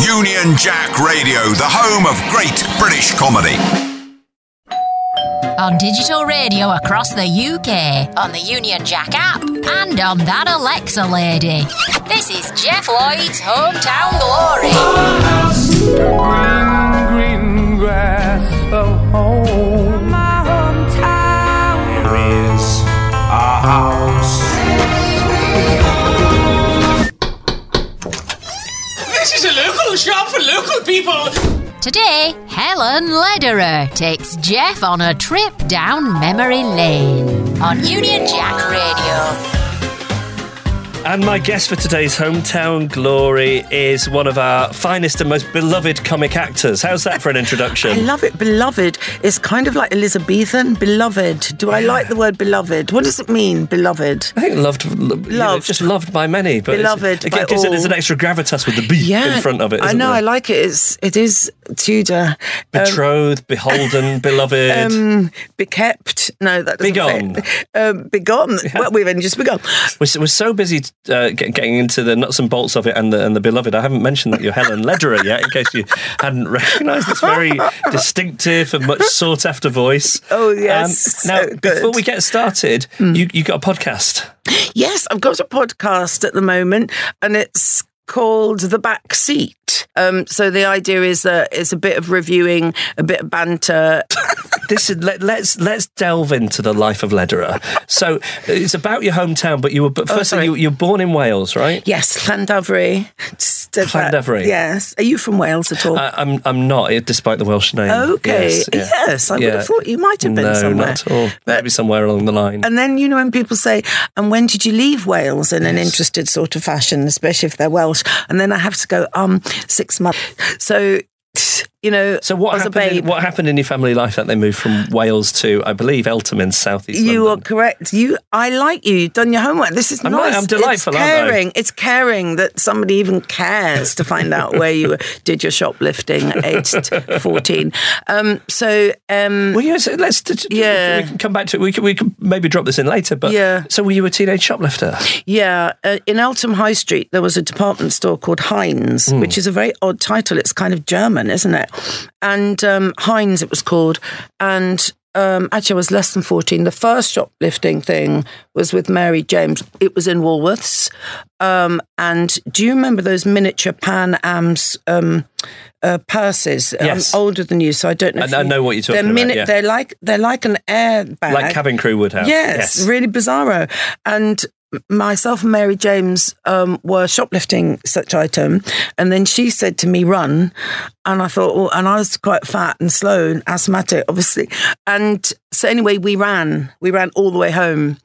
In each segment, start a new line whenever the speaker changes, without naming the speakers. Union Jack Radio, the home of great British comedy.
on digital radio across the UK, on the Union Jack app, and on that Alexa lady. This is Jeff Lloyd's Hometown Glory.
green grass of home. My hometown. There is a house.
This is a local shop for local people.
Today, Helen Lederer takes Jeff on a trip down memory lane on Union Jack Radio.
And my guest for today's hometown glory is one of our finest and most beloved comic actors. How's that for an
I
introduction?
love it. Beloved is kind of like Elizabethan. Beloved. Do I like the word beloved? What does it mean, beloved?
I think loved, lo- you know,
Loved.
just loved by many, but it's-
Beloved
it
by
gives it there's
all.
an extra gravitas with the B in front of it.
I
isn't
know.
there?
I um, like it. It's it is Tudor. Um,
betrothed, beholden, beloved.
be kept. No, that doesn't
Begone.
fit. Um, begone. Well, we've only just begun.
we're, s- we're so busy uh, get- getting into the nuts and bolts of it and the, and the beloved. I haven't mentioned that you're Helen Lederer yet, in case you hadn't recognised this very distinctive and much sought after voice. Um,
Oh, yes.
now,
So good. Hmm.
before we get started, you you got a podcast.
Yes, I've got a podcast at the moment, and it's called The Back Seat. Um, so the idea is that it's a bit of reviewing, a bit of banter.
this is let, let's let's delve into the life of Lederer. So it's about your hometown, but you were but firstly
Oh, sorry.
you, you were born in Wales, right?
Yes, Llandovery. Just about-
Llandovery.
Yes. Are you from Wales at all?
I, I'm I'm not, eh, despite the Welsh name.
Okay. Yes,
yeah.
I would
Yeah.
have thought you might have been
no,
somewhere.
not at all.
But-
Maybe somewhere along the line.
and then you know when people say, "And when did you leave Wales?" in an interested sort of fashion, especially if they're Welsh, and then I have to go, "Um, six months." So, you know,
So what
as a
happened?
babe,
In, what happened in your family life that they moved from Wales to, I believe, Eltham in southeast
you are
London?
correct. You, I like you. You've done your homework. This is
I'm
nice.
right, I'm delightful,
It's
aren't I?
caring. It's caring that somebody even cares to find out where you did your shoplifting at age t- fourteen. Um, so, um,
Well, yes. Let's d- d-
Yeah.
We can come back to it. We can, we can maybe drop this in later. But
Yeah.
So were you a teenage shoplifter?
Yeah, uh, in Eltham High Street, there was a department store called Heinz,
Hmm.
which is a very odd title. It's kind of German, isn't it? And um, Heinz, it was called. And um, actually, I was less than 14. The first shoplifting thing was with Mary James. It was in Woolworths. Um, and do you remember those miniature Pan Am's um, uh, purses?
Yes.
I'm older than you, so I don't know.
I-
if
I
you-
know what you're talking
they're
about, yeah.
They're like they're like an airbag.
Like cabin crew would have.
Yes, really bizarro. And myself and Mary James um, were shoplifting such item, and then she said to me, "Run," and I thought, well, and I was quite fat and slow and asthmatic, obviously. And so anyway, we ran, we ran all the way home,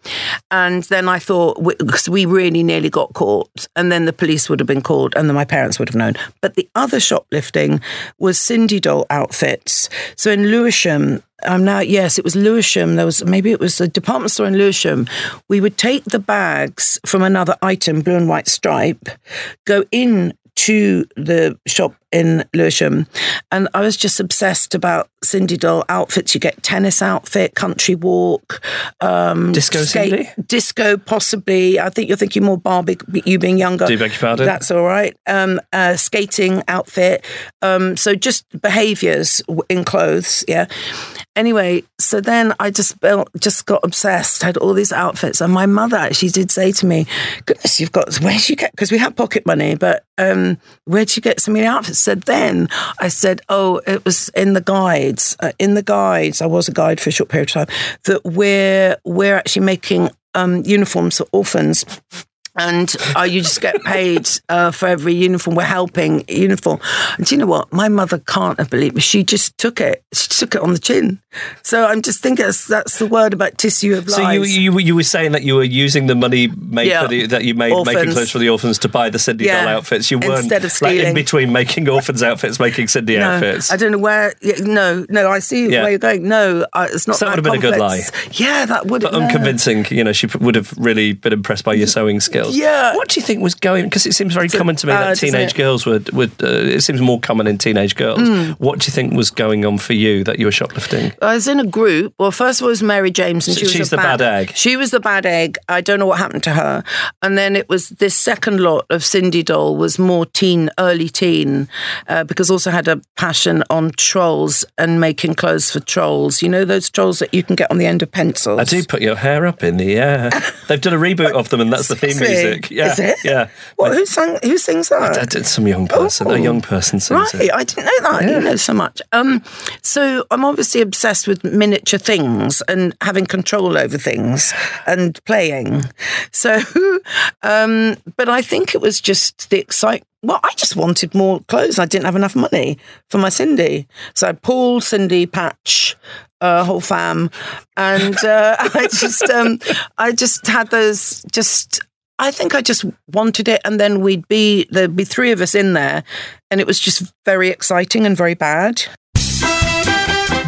and then I thought because we really nearly got caught, and then the police would have been called, and then my parents would have known. But the other shoplifting was Cindy doll outfits. So in Lewisham, I'm now, yes, it was Lewisham. There was maybe it was a department store in Lewisham. We would take the bags from another item, blue and white stripe, go in to the shop in Lewisham, and I was just obsessed about Cindy doll outfits. You get tennis outfit, country walk, um,
Disco Cindy?
disco possibly. I think you're thinking more Barbie. You being younger,
Do beg your pardon?
That's all right. Um, uh, skating outfit. Um, so just behaviours w- in clothes. Yeah. Anyway, so then I just built, just got obsessed. Had all these outfits, and my mother actually did say to me, "Goodness, you've got where would you get?" Because we had pocket money, but um, where'd you get so many outfits? Said then I said, "Oh, it was in the guides. Uh, in the guides, I was a guide for a short period of time. That we're we're actually making." Um, uniforms for orphans and uh, you just get paid uh, for every uniform. We're helping uniform. And do you know what? My mother can't have believed me. She just took it. She took it on the chin. So I'm just thinking that's, that's the word about tissue of lies.
So you, you you were saying that you were using the money made
Yeah.
for the, that you made making
Orphans.
clothes for the orphans to buy the Cindy
Yeah.
doll outfits. You weren't
Instead of
like in
stealing.
between making orphans outfits, making Cindy
No,
outfits.
I don't know where. yeah, No, no, I see
Yeah.
where you're going. No, I, it's not.
So that
that
would have been a good
complex. Yeah, that would.
but unconvincing, you know, she p- would have really been impressed by your sewing skills. girls.
Yeah.
What do you think was going? Because it seems very common to me
uh,
that
doesn't
teenage
it? Hmm.
girls would would. Uh, it seems more common in teenage girls. What do you think was going on for you that you were shoplifting?
I was in a group. Well, first was Mary James, and
So
she was
she's
a
the bad egg.
She was the bad egg. I don't know what happened to her. And then it was this second lot of Cindy Doll was more teen, early teen, uh, because also had a passion on trolls and making clothes for trolls. You know those trolls that you can get on the end of pencils.
I do put your hair up in the air. They've done a reboot of them, and that's the theme
Seriously?
music. Yeah,
Is it?
yeah.
What, who sang? Who sings that?
I did some young person,
Oh.
a young person sings
Right,
it.
I didn't know that. I didn't know so much. Um, so I'm obviously obsessed with miniature things and having control over things and playing. So, um, but I think it was just the excitement. Well, I just wanted more clothes. I didn't have enough money for my Cindy, so I Paul, Cindy, Patch, uh, whole fam, and uh, I just, um, I just had those just. I think I just wanted it, and then we'd be there'd be three of us in there, and it was just very exciting and very bad.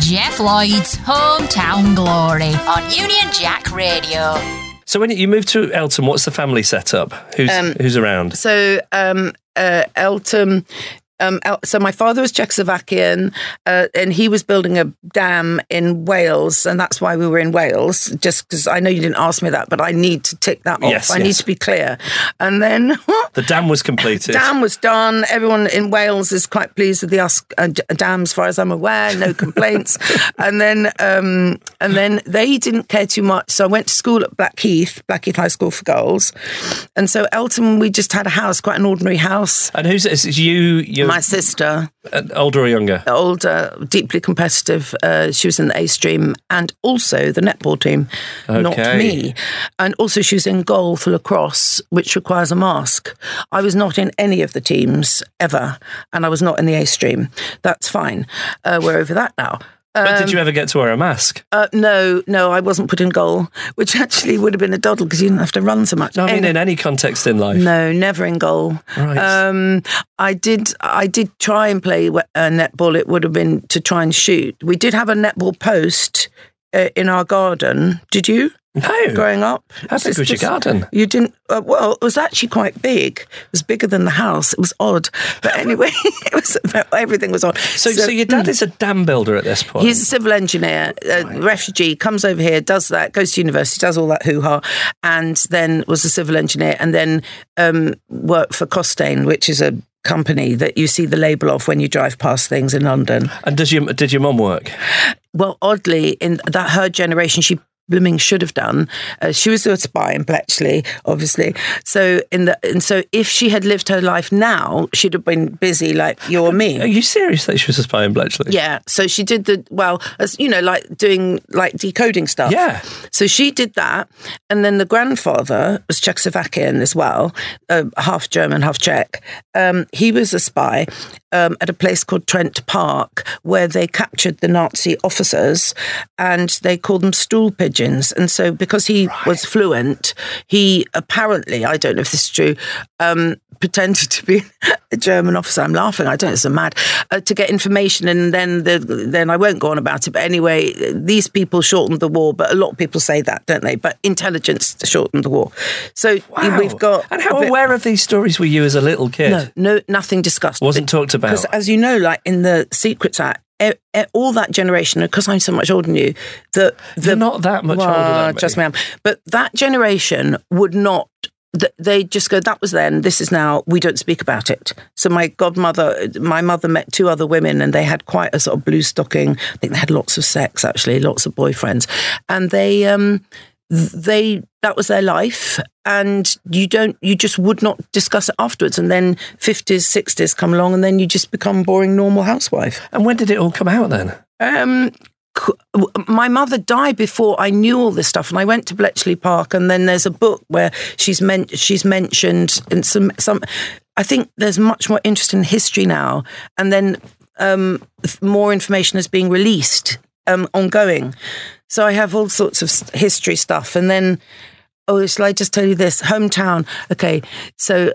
Jeff Lloyd's Hometown Glory on Union Jack Radio.
So when you moved to Elton, what's the family setup? Who's
Um,
who's around?
So um, uh, Elton. Um, El- so my father was Czechoslovakian, uh, and he was building a dam in Wales, and that's why we were in Wales. Just because I know you didn't ask me that, but I need to tick that off.
Yes,
I need
yes.
to be clear. And then
The dam was completed.
dam was done. Everyone in Wales is quite pleased with the us- uh, d- dam, as far as I'm aware. No complaints. and then, um, and then they didn't care too much. So I went to school at Blackheath, Blackheath High School for Girls. And so Elton, we just had a house, quite an ordinary house.
And who's is it you? You're
My sister,
older or younger?
older, deeply competitive, uh, she was in the A stream and also the netball team, not
Okay.
me. And also she was in goal for lacrosse, which requires a mask. I was not in any of the teams ever, and I was not in the A stream. That's fine. Uh, we're over that now.
but
Um,
did you ever get to wear a mask?
Uh, no, no, I wasn't put in goal, which actually would have been a doddle because you didn't have to run so much.
No, I mean
Anyway.
in any context in life.
No, never in goal.
Right.
Um, I did. I did try and play we- uh, netball. It would have been to try and shoot. We did have a netball post uh, in our garden. Did you?
No.
Growing up,
How big was your
Sisters-
garden?
You didn't. Uh, well, it was actually quite big. It was bigger than the house. It was odd, but anyway, it was everything was odd.
So, so, your dad is a dam builder at this point.
hmm. He's a civil engineer, a refugee, comes over here, does that, goes to university, does all that hoo ha, and then was a civil engineer, and then um, worked for Costain, which is a company that you see the label of when you drive past things in London.
and does your did your mum work?
Well, oddly, in that her generation, she blooming should have done. Uh, she was a spy in Bletchley, obviously. So in the and so if she had lived her life now, she'd have been busy like you or me.
Are you serious that she was a spy in Bletchley?
Yeah, so she did the well, as you know, like doing like decoding stuff.
Yeah.
So she did that, and then the grandfather was Czechoslovakian as well, uh, half German, half Czech. Um, he was a spy um, at a place called Trent Park, where they captured the Nazi officers, and they called them stool pigeons. And so, because he was fluent, he apparently, I don't know if this is true, um, pretended to be a German officer. I'm laughing. I don't. know, It's so mad uh, to get information, and then the, then I won't go on about it. But anyway, these people shortened the war, but a lot of people say that, don't they? But intelligence shortened the war. So we've got. Oh,
And how aware of these stories were you as a little kid?
No, no, nothing discussed.
Wasn't talked about.
Because, as you know, like in the Secrets Act, e- e- all that generation, because I'm so much older than you, the, the
You're not that much older
Well,
than me.
Trust me, I am. But that generation would not. th- They just go, that was then, this is now, we don't speak about it. So, my godmother, my mother met two other women and they had quite a sort of blue stocking. I think they had lots of sex, actually, lots of boyfriends. And they, um, they that was their life and you don't you just would not discuss it afterwards and then 50s 60s come along and then you just become boring normal housewife
And when did it all come out then?
um c- w- my mother died before I knew all this stuff, and I went to Bletchley Park. And then there's a book where she's men- she's mentioned in some some. I think there's much more interest in history now, and then um, th- more information is being released um, ongoing. So I have all sorts of s- history stuff, and then oh, shall I just tell you this hometown? Okay, so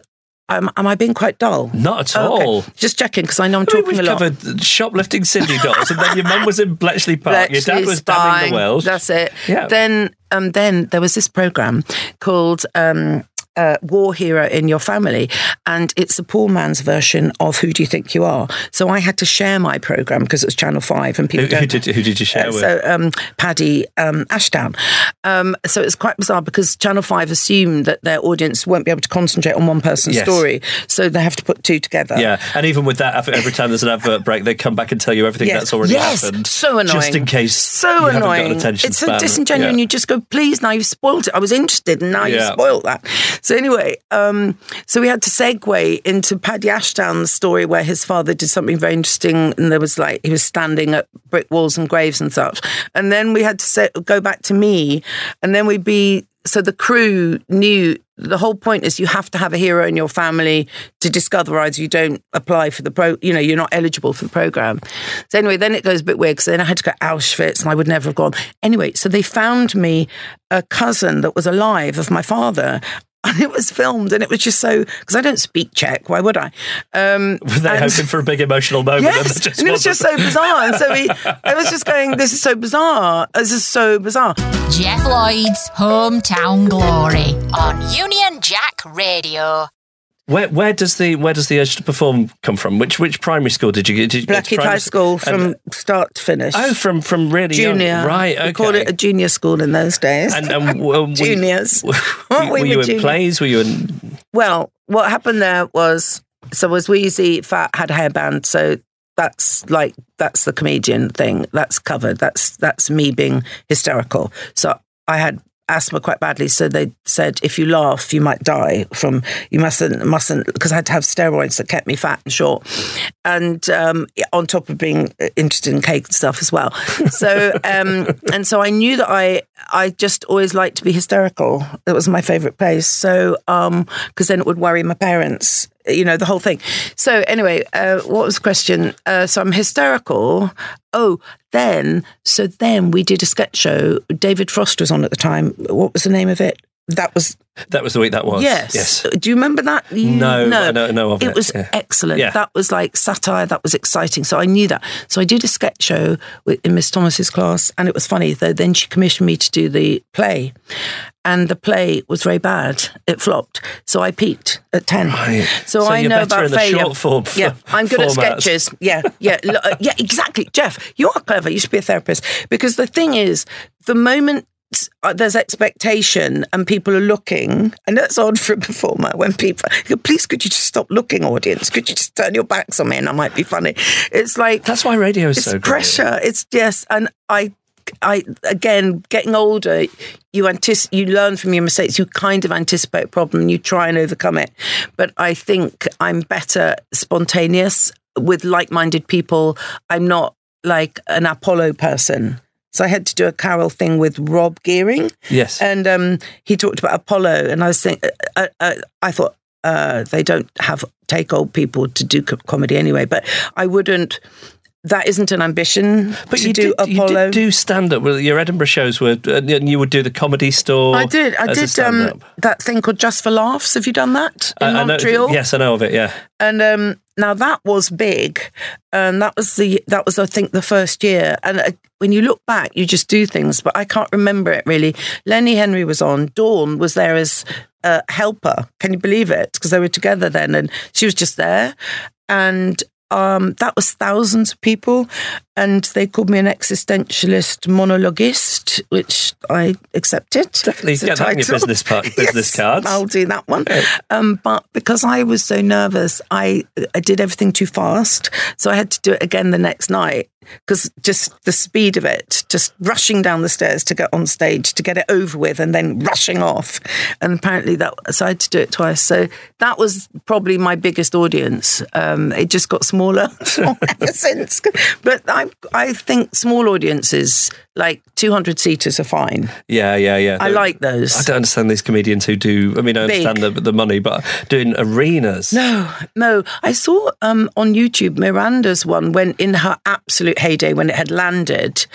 um, am I being quite dull? Oh,
Not at
Okay,
all.
Just checking because I know I'm
I mean,
talking
we've
a lot.
covered shoplifting Cindy dolls, and then your mum was in Bletchley Park. your dad
Bletchley
was dabbing
spying.
the Welsh.
That's it.
Yeah.
Then um, then there was this program called um, uh, war hero in your family, and it's the poor man's version of Who Do You Think You Are? So I had to share my program because it was Channel Five, and
Who,
people
who
don't.
did who did you share with?
So um, Paddy um, Ashdown. Um, so it's quite bizarre because Channel Five assumed that their audience won't be able to concentrate on one person's
Yes.
story, so they have to put two together.
yeah, and even with that, I think every time there's an advert break, they come back and tell you everything
Yes.
that's already
yes.
happened.
So annoying.
Just in case.
So
you haven't got an
annoying.
attention
it's
span.
so disingenuous.
Yeah.
You just go, please. Now you've spoiled it. I was interested, and now
Yeah.
you've spoiled that. So anyway, um, so we had to segue into Paddy Ashdown's story where his father did something very interesting, and there was like he was standing at brick walls and graves and such. And then we had to se- go back to me, and then we'd be. So the crew knew the whole point is you have to have a hero in your family to discover either you don't apply for the pro you know you're not eligible for the program so anyway then it goes a bit weird because then i had to go to auschwitz and i would never have gone anyway so they found me a cousin that was alive of my father and it was filmed and it was just so because i don't speak czech why would i um
Were they
and-
hoping for a big emotional moment? and there
Yes,
just
and it was just
wasn't?
so bizarre, and so we, I was just going, "This is so bizarre. This is so bizarre."
Jeff Lloyd's Hometown Glory on Union Jack Radio.
Where where does the where does the urge to perform come from? Which which primary school did you get? Did you go to
Blackheath
primary
High School
and-
from start to finish.
oh, from from really young.
junior.
right? Okay.
We called it a junior school in those days.
and, and w- um, were you-
Juniors.
Were,
Aren't we
were you
were
in
juniors?
plays? Were you in?
well, what happened there was so was Wheezy Fat had a hairband, so that's like that's the comedian thing. That's covered. That's that's me being hysterical. So I had asthma quite badly, so they said if you laugh, you might die from you mustn't mustn't because I had to have steroids that kept me fat and short, and um, on top of being interested in cake and stuff as well. So um, and so I knew that I I just always liked to be hysterical. That was my favorite place. So um, because then it would worry my parents you know the whole thing so anyway uh, what was the question uh, so i'm hysterical oh then so then we did a sketch show david frost was on at the time what was the name of it that was
That was the week that was.
yes,
Yes.
do you remember that You-
No, I don't know of it,
was
yeah.
excellent
Yeah.
that was like satire that was exciting so i knew that so i did a sketch show with, in miss thomas's class and it was funny though then she commissioned me to do the play and the play was very bad. It flopped. So I peaked at 10.
Right.
So,
So
I
you're
know
better
about
in the
failure.
short form f-
yeah, I'm good
formats.
at sketches. Yeah, yeah, lo- uh, yeah, exactly. Jeff, you are clever. You should be a therapist. Because the thing is, the moment uh, there's expectation and people are looking, and that's odd for a performer when people, please could you just stop looking, audience? Could you just turn your backs on me and I might be funny? It's like,
That's why radio is
it's
so great.
pressure. It's yes, and I, I again getting older, you antici- you learn from your mistakes. You kind of anticipate a problem, and you try and overcome it. But I think I'm better spontaneous with like-minded people. I'm not like an Apollo person. So I had to do a Carol thing with Rob Gearing,
Yes.
and um, he talked about Apollo, and I was think I, I, uh, I thought uh, they don't have take old people to do co- comedy anyway, but I wouldn't. That isn't an ambition
but
to
you
do
did,
Apollo.
You did do stand up. Well, your Edinburgh shows were, and and you would do the comedy store.
I did. I
as a
did um,
stand-up.
that thing called Just for Laughs. Have you done that in
I- I know-
Montreal?
yes, I know of it. Yeah.
and um, now that was big, and that was the that was I think the first year. And uh, when you look back, you just do things, but I can't remember it really. Lenny Henry was on. Dawn was there as a helper. Can you believe it? Because they were together then, and she was just there, and. Um, that was thousands of people, and they called me an existentialist monologuist, which I accepted.
Definitely
It's a
get that in your
title.
business part- business cards.
I'll do that one. Um, but because I was so nervous, I I did everything too fast, so I had to do it again the next night because just the speed of it, just rushing down the stairs to get on stage to get it over with, and then rushing off, and apparently that so I had to do it twice. So that was probably my biggest audience. Um, it just got smaller ever since, but I I think small audiences like two hundred seaters are fine.
Yeah, yeah, yeah.
I
They're-
like those.
I don't understand these comedians who do. I mean, I
Big.
understand the, the money, but doing arenas.
No, no. I saw um, on YouTube Miranda's one when in her absolute heyday when it had landed,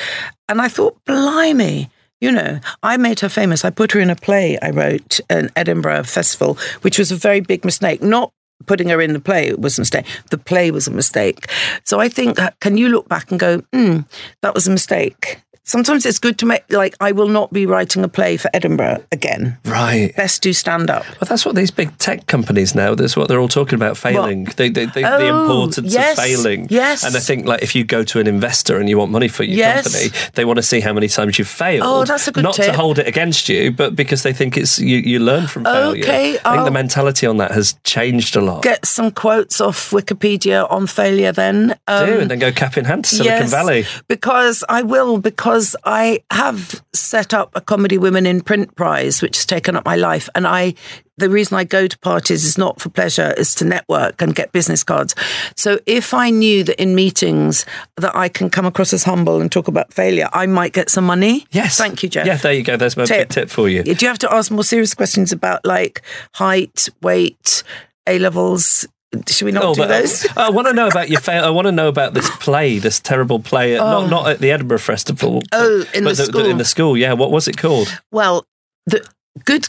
and I thought, blimey. You know, I made her famous. I put her in a play I wrote an Edinburgh Festival, which was a very big mistake. Not putting her in the play was a mistake. The uh, play was a mistake. So I think, can you look back and go, hmm, that was a mistake? sometimes it's good to make like I will not be writing a play for Edinburgh again.
Right.
Best do stand up.
But that's what these big tech companies now. That's what they're all talking about failing. They, they, they, the
Oh,
importance
yes,
of failing.
yes.
And I think like if you go to an investor and you want money for your
Yes.
company, they want to see how many times you've failed.
Oh, that's a good
Not to
tip.
hold it against you, but because they think it's you. You learn from failure.
Okay,
I think
I'll-
the mentality on that has changed a lot.
Get some quotes off Wikipedia on failure then. Um,
Do, and then go cap in hand to Silicon
yes,
Valley.
Because I will, because I have set up a Comedy Women in Print Prize, which has taken up my life. And I, the reason I go to parties is not for pleasure, is to network and get business cards. So if I knew that in meetings that I can come across as humble and talk about failure, I might get some money.
Yes.
Thank you, Jeff.
Yeah, there you go. There's my big tip for you.
Do you have to ask more serious questions about like height, weight, A levels? Should we not do
Oh, but uh,
those?
I, want to know about your fail. I want to know about this play, this terrible play, at, not not at the Edinburgh Festival.
Oh, in
but
the school.
in the school, yeah. What was it called?
Well, the good.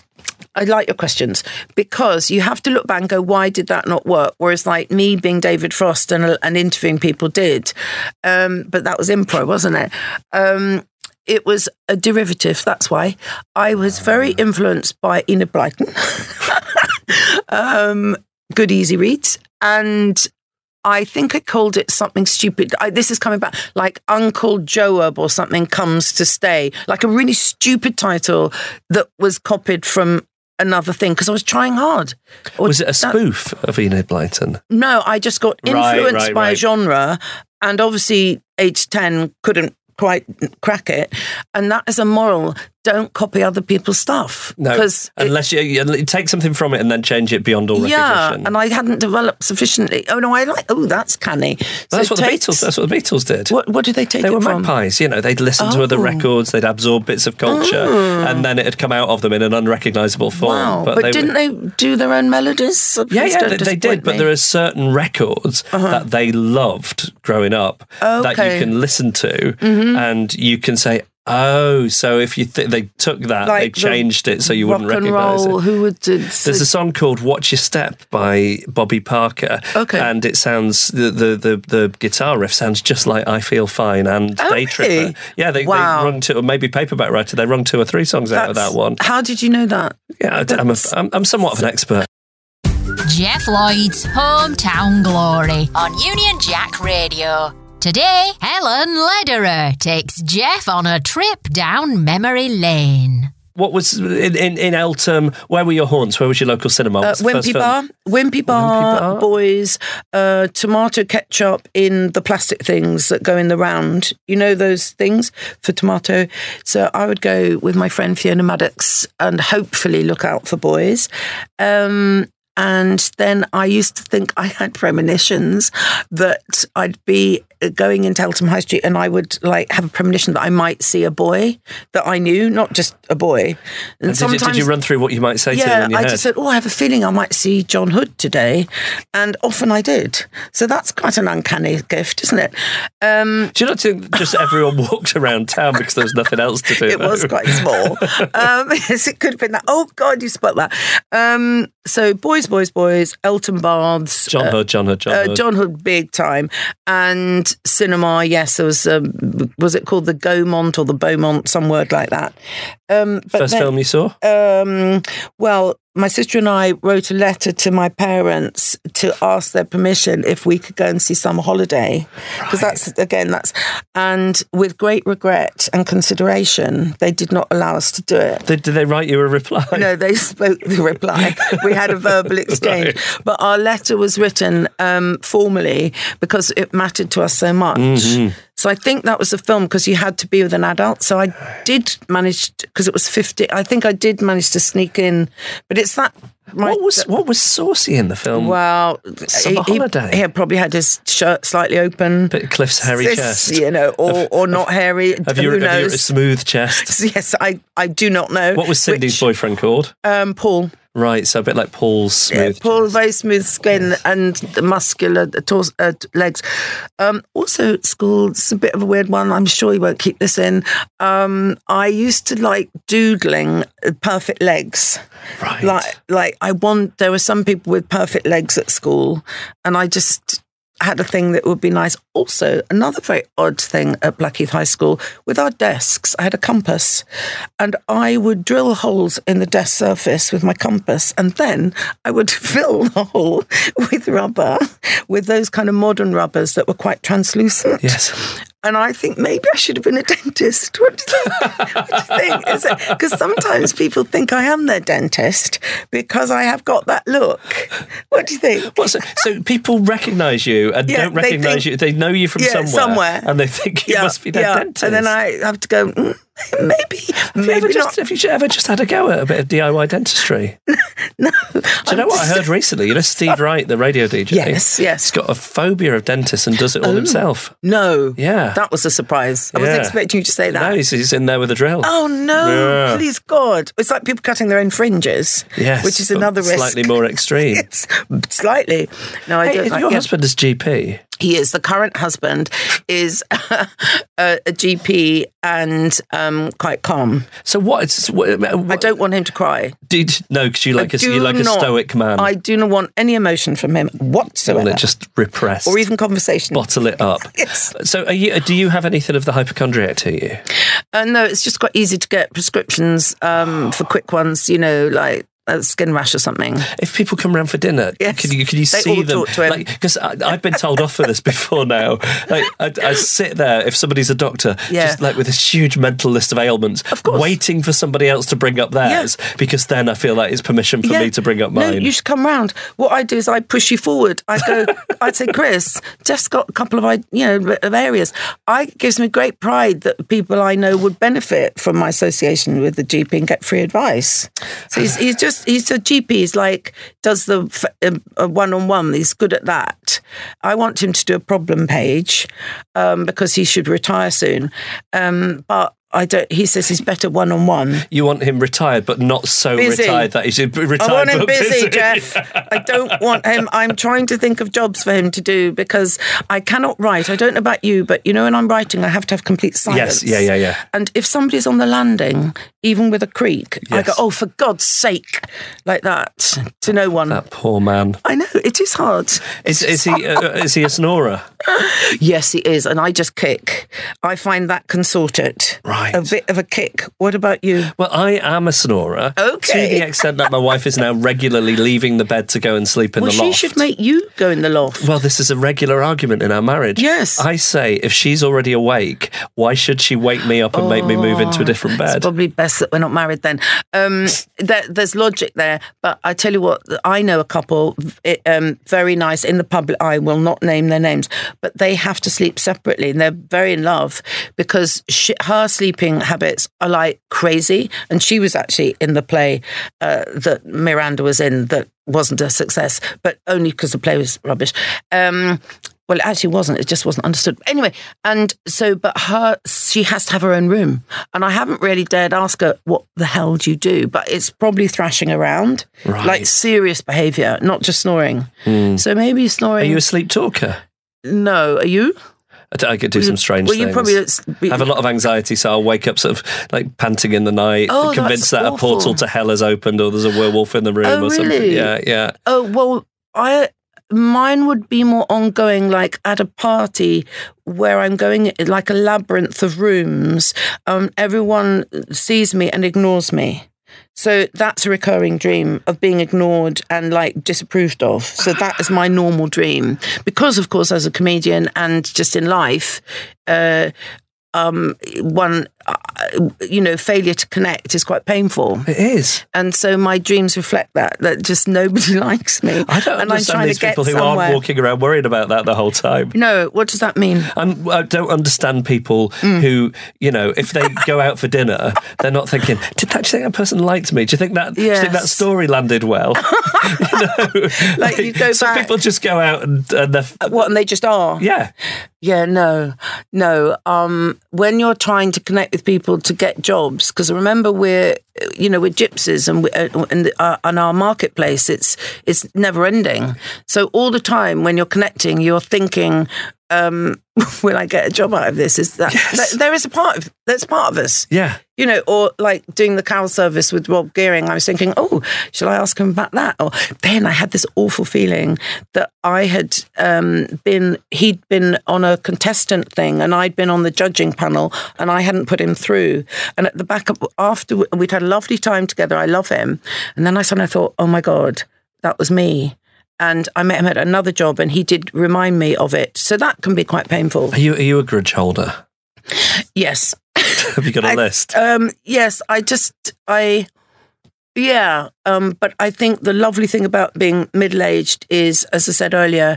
I like your questions because you have to look back and go, why did that not work? Whereas, like me being David Frost and, and interviewing people did, um, but that was improv, wasn't it? Um, it was a derivative. That's why I was very influenced by Enid Blyton. um, good easy reads, and I think I called it something stupid. I, this is coming back like Uncle Joab or something comes to stay, like a really stupid title that was copied from another thing because I was trying hard. Or
Was it a
that-
spoof of Enid Blyton?
no, I just got
Right,
influenced
right,
by
right.
genre, and obviously, age 10 couldn't quite crack it. And that is a moral don't copy other people's stuff. Because it-
unless you, you take something from it and then change it beyond all
yeah,
recognition.
and I hadn't developed sufficiently. Oh no, I like. Oh, that's canny. So
that's what
it takes-
the Beatles. That's what the Beatles did.
What, what do they take
they
it
were
from?
magpies, you know. They'd listen to other
Oh.
records, they'd absorb bits of culture, and then it had come out of them in an unrecognisable form.
Wow, but,
they were-
didn't they do their own melodies?
Yeah,
Please
yeah,
don't
they, they did.
disappoint
But
me.
there are certain records that they loved growing up that you
Uh-huh. Okay. Mm-hmm.
can listen to, and you can say, "Oh, so if you th- they took that, they
Like the
changed it so you wouldn't
rock and
recognize
roll.
it."
Who would? Did,
There's a song called "Watch Your Step" by Bobby Parker,
Okay.
and it sounds the, the the the guitar riff sounds just like "I Feel Fine" and
Oh,
"Day Tripper."
really?
Yeah, they,
Wow.
they rung two, or maybe Paperback Writer. They rung two or three songs out of that
That's-
one.
How did you know that?
Yeah, I- I'm, a, I'm I'm somewhat of an expert.
Jeff Lloyd's Hometown Glory on Union Jack Radio. Today, Helen Lederer takes Jeff on a trip down memory lane.
What was in, in, in Eltham? Where were your haunts? Where was your local cinema?
Uh,
What's the first
Wimpy,
film?
bar, Wimpy Bar,
Bar.
boys, uh, tomato ketchup in the plastic things that go in the round. You know those things for tomato. So I would go with my friend Fiona Maddox and hopefully look out for boys. Um, and then I used to think I had premonitions that I'd be going into Eltham High Street and I would like have a premonition that I might see a boy that I knew, not just a boy. And,
And did, you, did you run through what you might say to them
yeah,
in your
I
head?
just said, "Oh, I have a feeling I might see John Hood today," and often I did. So that's quite an uncanny gift, isn't it? Um,
Do you not think just everyone walked around town because there was nothing else to do?
it was
though?
quite small. um, yes, it could have been that. Oh God, you spot that. Um, so boys, boys, boys, Elton Baths,
John Hood, John Hood, John
uh,
Hood.
John Hood, big time, and cinema. Yes, there was. Um, was it called the Gaumont or the Beaumont? Some word like that. Um, but
First
then-
film you saw?
um, well, my sister and I wrote a letter to my parents to ask their permission if we could go and see summer holiday. Because that's, again, that's, and with great regret and consideration, they did not allow us to do it.
Did, did they write you a reply?
No, they spoke the reply. We had a verbal exchange. But our letter was written um, formally because it mattered to us so much.
Mm-hmm.
So I think that was the film because you had to be with an adult. So I did manage, because it was 50, I think I did manage to sneak in. But it's that. my-
What was what was saucy in the film?
Well,
Summer
he, he-
holiday.
he had probably had his shirt slightly open.
Bit of Cliff's hairy
This,
chest.
You know, or, or not hairy.
Have
who
you, have you a
knows?
smooth chest?
Yes, I, I do not know.
What was Cindy's
which,
boyfriend called?
Um, Paul.
Right, so a bit like Paul's smooth.
Paul, very smooth skin and the muscular tors- uh, legs. Um, also at school, it's a bit of a weird one. I'm sure you won't keep this in. Um, I used to like doodling uh, perfect legs.
right.
Like, like I want. There were some people with perfect legs at school, and I just. had a thing that would be nice. Also, another very odd thing at Blackheath High School with our desks, I had a compass and I would drill holes in the desk surface with my compass and then I would fill the hole with rubber, with those kind of modern rubbers that were quite translucent.
Yes.
And I think maybe I should have been a dentist. What do you think? What do you think? Because sometimes people think I am their dentist because I have got that look. What do you think?
What's it? So people recognise you and
Yeah,
don't
they
recognise
think-
you. They know you from
Yeah,
somewhere,
somewhere.
and they think you must be their dentist.
And then I have to go, mm, maybe,
Have you, ever
maybe
just,
not.
have you ever just had a go at a bit of DIY dentistry? Do you know what I heard recently? You know Steve Wright, the radio DJ?
Yes, yes.
He's got a phobia of dentists and does it all himself.
No.
Yeah.
That was a surprise. I
Yeah.
wasn't expecting you to say that.
No, he's, he's in there with a drill.
Oh no!
Yeah.
Please God, it's like people cutting their own fringes,
yes.
which is
but
another risk.
Slightly more extreme.
It's slightly. No, I
Hey,
don't.
your
Like, yeah.
husband is GP.
He is the current husband is a, a GP and um, quite calm.
So what? It's, what,
I don't want him to cry.
Did, no, because you like a,
do
you like a
not-
stoic man.
I do not want any emotion from him
want
whatsoever,
Um, it just repressed.
or even conversation.
bottle it up.
Yes.
So, are you, do you have anything of the hypochondriac to you?
Uh, no, it's just quite easy to get prescriptions um, for quick ones. You know, like a skin rash or something.
If people come round for dinner,
Yes.
can you can you
They
see
all
them?
talk to him.
Because I've been told off for this before now. Like I, I sit there if somebody's a doctor,
Yeah.
just like with this huge mental list of ailments, of
course.
waiting for somebody else to bring up theirs. Because then I feel like it's permission for me to bring up mine.
No, you should come round. What I do is I push you forward. I go, I'd say, Chris, Jeff's got a couple of, i- you know, of areas. I, it gives me great pride that people I know would benefit from my association with the GP and get free advice. So he's, he's just, he's a GP. He's like, does the f- uh, one-on-one. He's good at that. I want him to do a problem page um, because he should retire soon. Um, but I don't, he says he's better one-on-one.
You want him retired, but not so
Busy.
retired that he's retired.
I want him
but
busy, Jeff. I don't want him. I'm trying to think of jobs for him to do because I cannot write. I don't know about you, but you know, when I'm writing, I have to have complete silence.
yeah, yeah, yeah.
And if somebody's on the landing, even with a creak, I
Yes.
go, oh, for God's sake, like that to no one.
That poor man.
I know it is hard.
Is, is he uh, is he a snorer?
Yes, it is, and I just kick. I find that consorted.
Right.
a bit of a kick. What about you?
Well, I am a snorer.
Okay.
To the extent that my wife is now regularly leaving the bed to go and sleep in
well,
the
she
loft.
should make you go in the loft.
well, this is a regular argument in our marriage.
Yes.
I say, if she's already awake, why should she wake me up and make me move
Oh,
into a different bed?
It's probably best that we're not married then. Um, there, there's logic there, but I tell you what, I know a couple, it, um, very nice in the public. I will not name their names, but they have to sleep separately, and they're very in love because she, her sleeping habits are like crazy. And she was actually in the play uh, that Miranda was in that wasn't a success, but only because the play was rubbish. Um, well, it actually wasn't. It just wasn't understood. Anyway, and so, but her, she has to have her own room. And I haven't really dared ask her, what the hell do you do? But it's probably thrashing around,
Right. Hmm.
like serious behavior, not just snoring. So maybe
Are
snoring.
you a sleep talker?
no, are you?
I d- I could do some strange
well,
things.
you probably don't s-
I have a lot of anxiety, so I'll wake up sort of like panting in the night,
Oh,
convinced
that's
that a
awful.
portal to hell has opened or there's a werewolf in the room
Oh,
or something.
really?
Yeah, yeah.
Oh well, I mine would be more ongoing, like at a party where I'm going like a labyrinth of rooms. Um, everyone sees me and ignores me. So that's a recurring dream of being ignored and like disapproved of. So that is my normal dream because, of course, as a comedian and just in life, uh, um, one, uh, you know, failure to connect is quite painful
It is.
and so my dreams reflect that that just nobody likes me.
I don't
and
understand these people who aren't walking around worried about that the whole time.
No, what does that mean?
I'm, I don't understand people
Mm.
who, you know, if they go out for dinner, they're not thinking, "Did that? Do you think that person liked me? Do you think that? Do you think that
Yes.
story landed well?" you know,
Like, you go
some
back-
people just go out and, Uh, and they're. f-
What and they just are.
Yeah,
Yeah, no, no. Um, when you're trying to connect with people to get jobs, because remember we're, you know, we're gypsies and we, uh, and uh, and our marketplace, it's it's never ending. So all the time when you're connecting, you're thinking. um, will I get a job out of this? Is that that- there is a part of that's part of us,
Yeah.
you know, or like doing the cow service with Rob Gearing. I was thinking, oh, shall I ask him about that? Or then I had this awful feeling that I had um, been, he'd been on a contestant thing and I'd been on the judging panel and I hadn't put him through. And at the back of, after we'd had a lovely time together, I love him. And then I suddenly thought, oh my God, that was me. And I met him at another job and he did remind me of it. So that can be quite painful.
Are you are you a grudge holder?
Yes.
Have you got a
I-
list?
Um, yes, I just I yeah, um, but I think the lovely thing about being middle aged is, as I said earlier,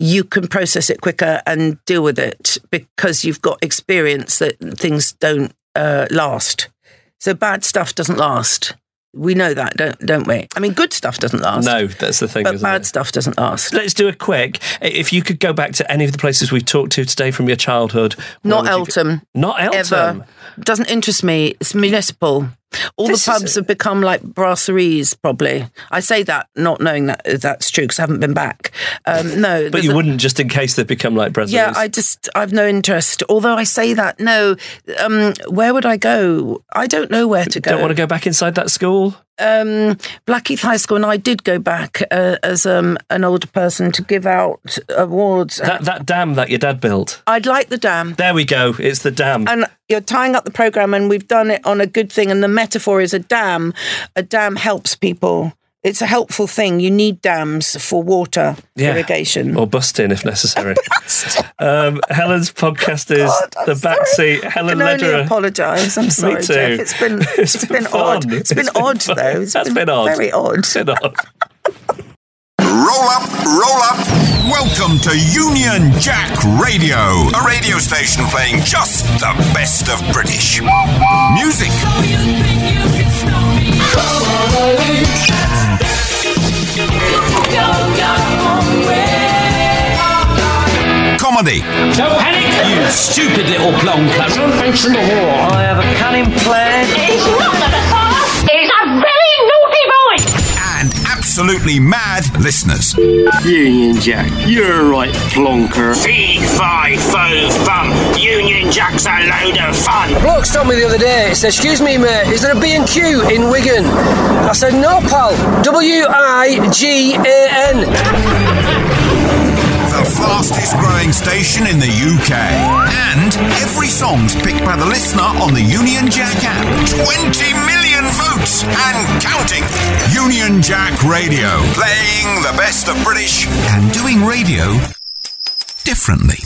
you can process it quicker and deal with it because you've got experience that things don't uh, last. So bad stuff doesn't last. We know that, don't don't we? I mean, good stuff doesn't last.
No, that's the thing,
but
isn't
bad
it?
stuff doesn't last.
Let's do a quick. If you could go back to any of the places we've talked to today from your childhood, where
Not
would you go-
Eltham.
Not Eltham.
ever doesn't interest me. It's municipal. All
This is-
the pubs have become like brasseries, probably. I say that not knowing that that's true because I haven't been back. Um, no,
But
there's
you
a-
wouldn't just in case they become like brasseries.
Yeah, I just I've no interest. Although I say that, no. Um, where would I go? I don't know where to go.
don't want to go back inside that school.
um, Blackheath High School, and I did go back uh, as um, an older person to give out awards.
That that dam that your dad built.
I'd like the dam.
There we go. It's the dam.
and you're tying up the program and we've done it on a good thing and the metaphor is a dam a dam helps people it's a helpful thing you need dams for water
Yeah.
irrigation
or bust in if necessary. um, Helen's podcast is
God, I'm
the
sorry.
backseat. Helen
I can only
Lederer.
apologise. I'm sorry,
too.
Jeff. It's been
It's
it's
been
been odd.
fun.
It's been
It's been
odd
fun.
though. It's
That's been odd.
Very odd.
Sit on.
Roll up, roll up. Welcome to Union Jack Radio, a radio station playing just the best of British music, comedy,
Don't panic, you stupid little blonde cunt. Don't mention the war. I have a cunning plan.
He's not a father. He's a very naughty boy.
and absolutely mad listeners.
Union Jack, you're a right plonker.
Fee, fi, fo, fum. Union Jack's a load of fun.
Bloke stopped me the other day. He said, "Excuse me, mate, is there a B&Q in Wigan?" I said, "No, pal. W I G A N."
The fastest growing station in the UK. And every song's picked by the listener on the Union Jack app. 20 million votes and counting. Union Jack Radio, playing the best of British and doing radio differently.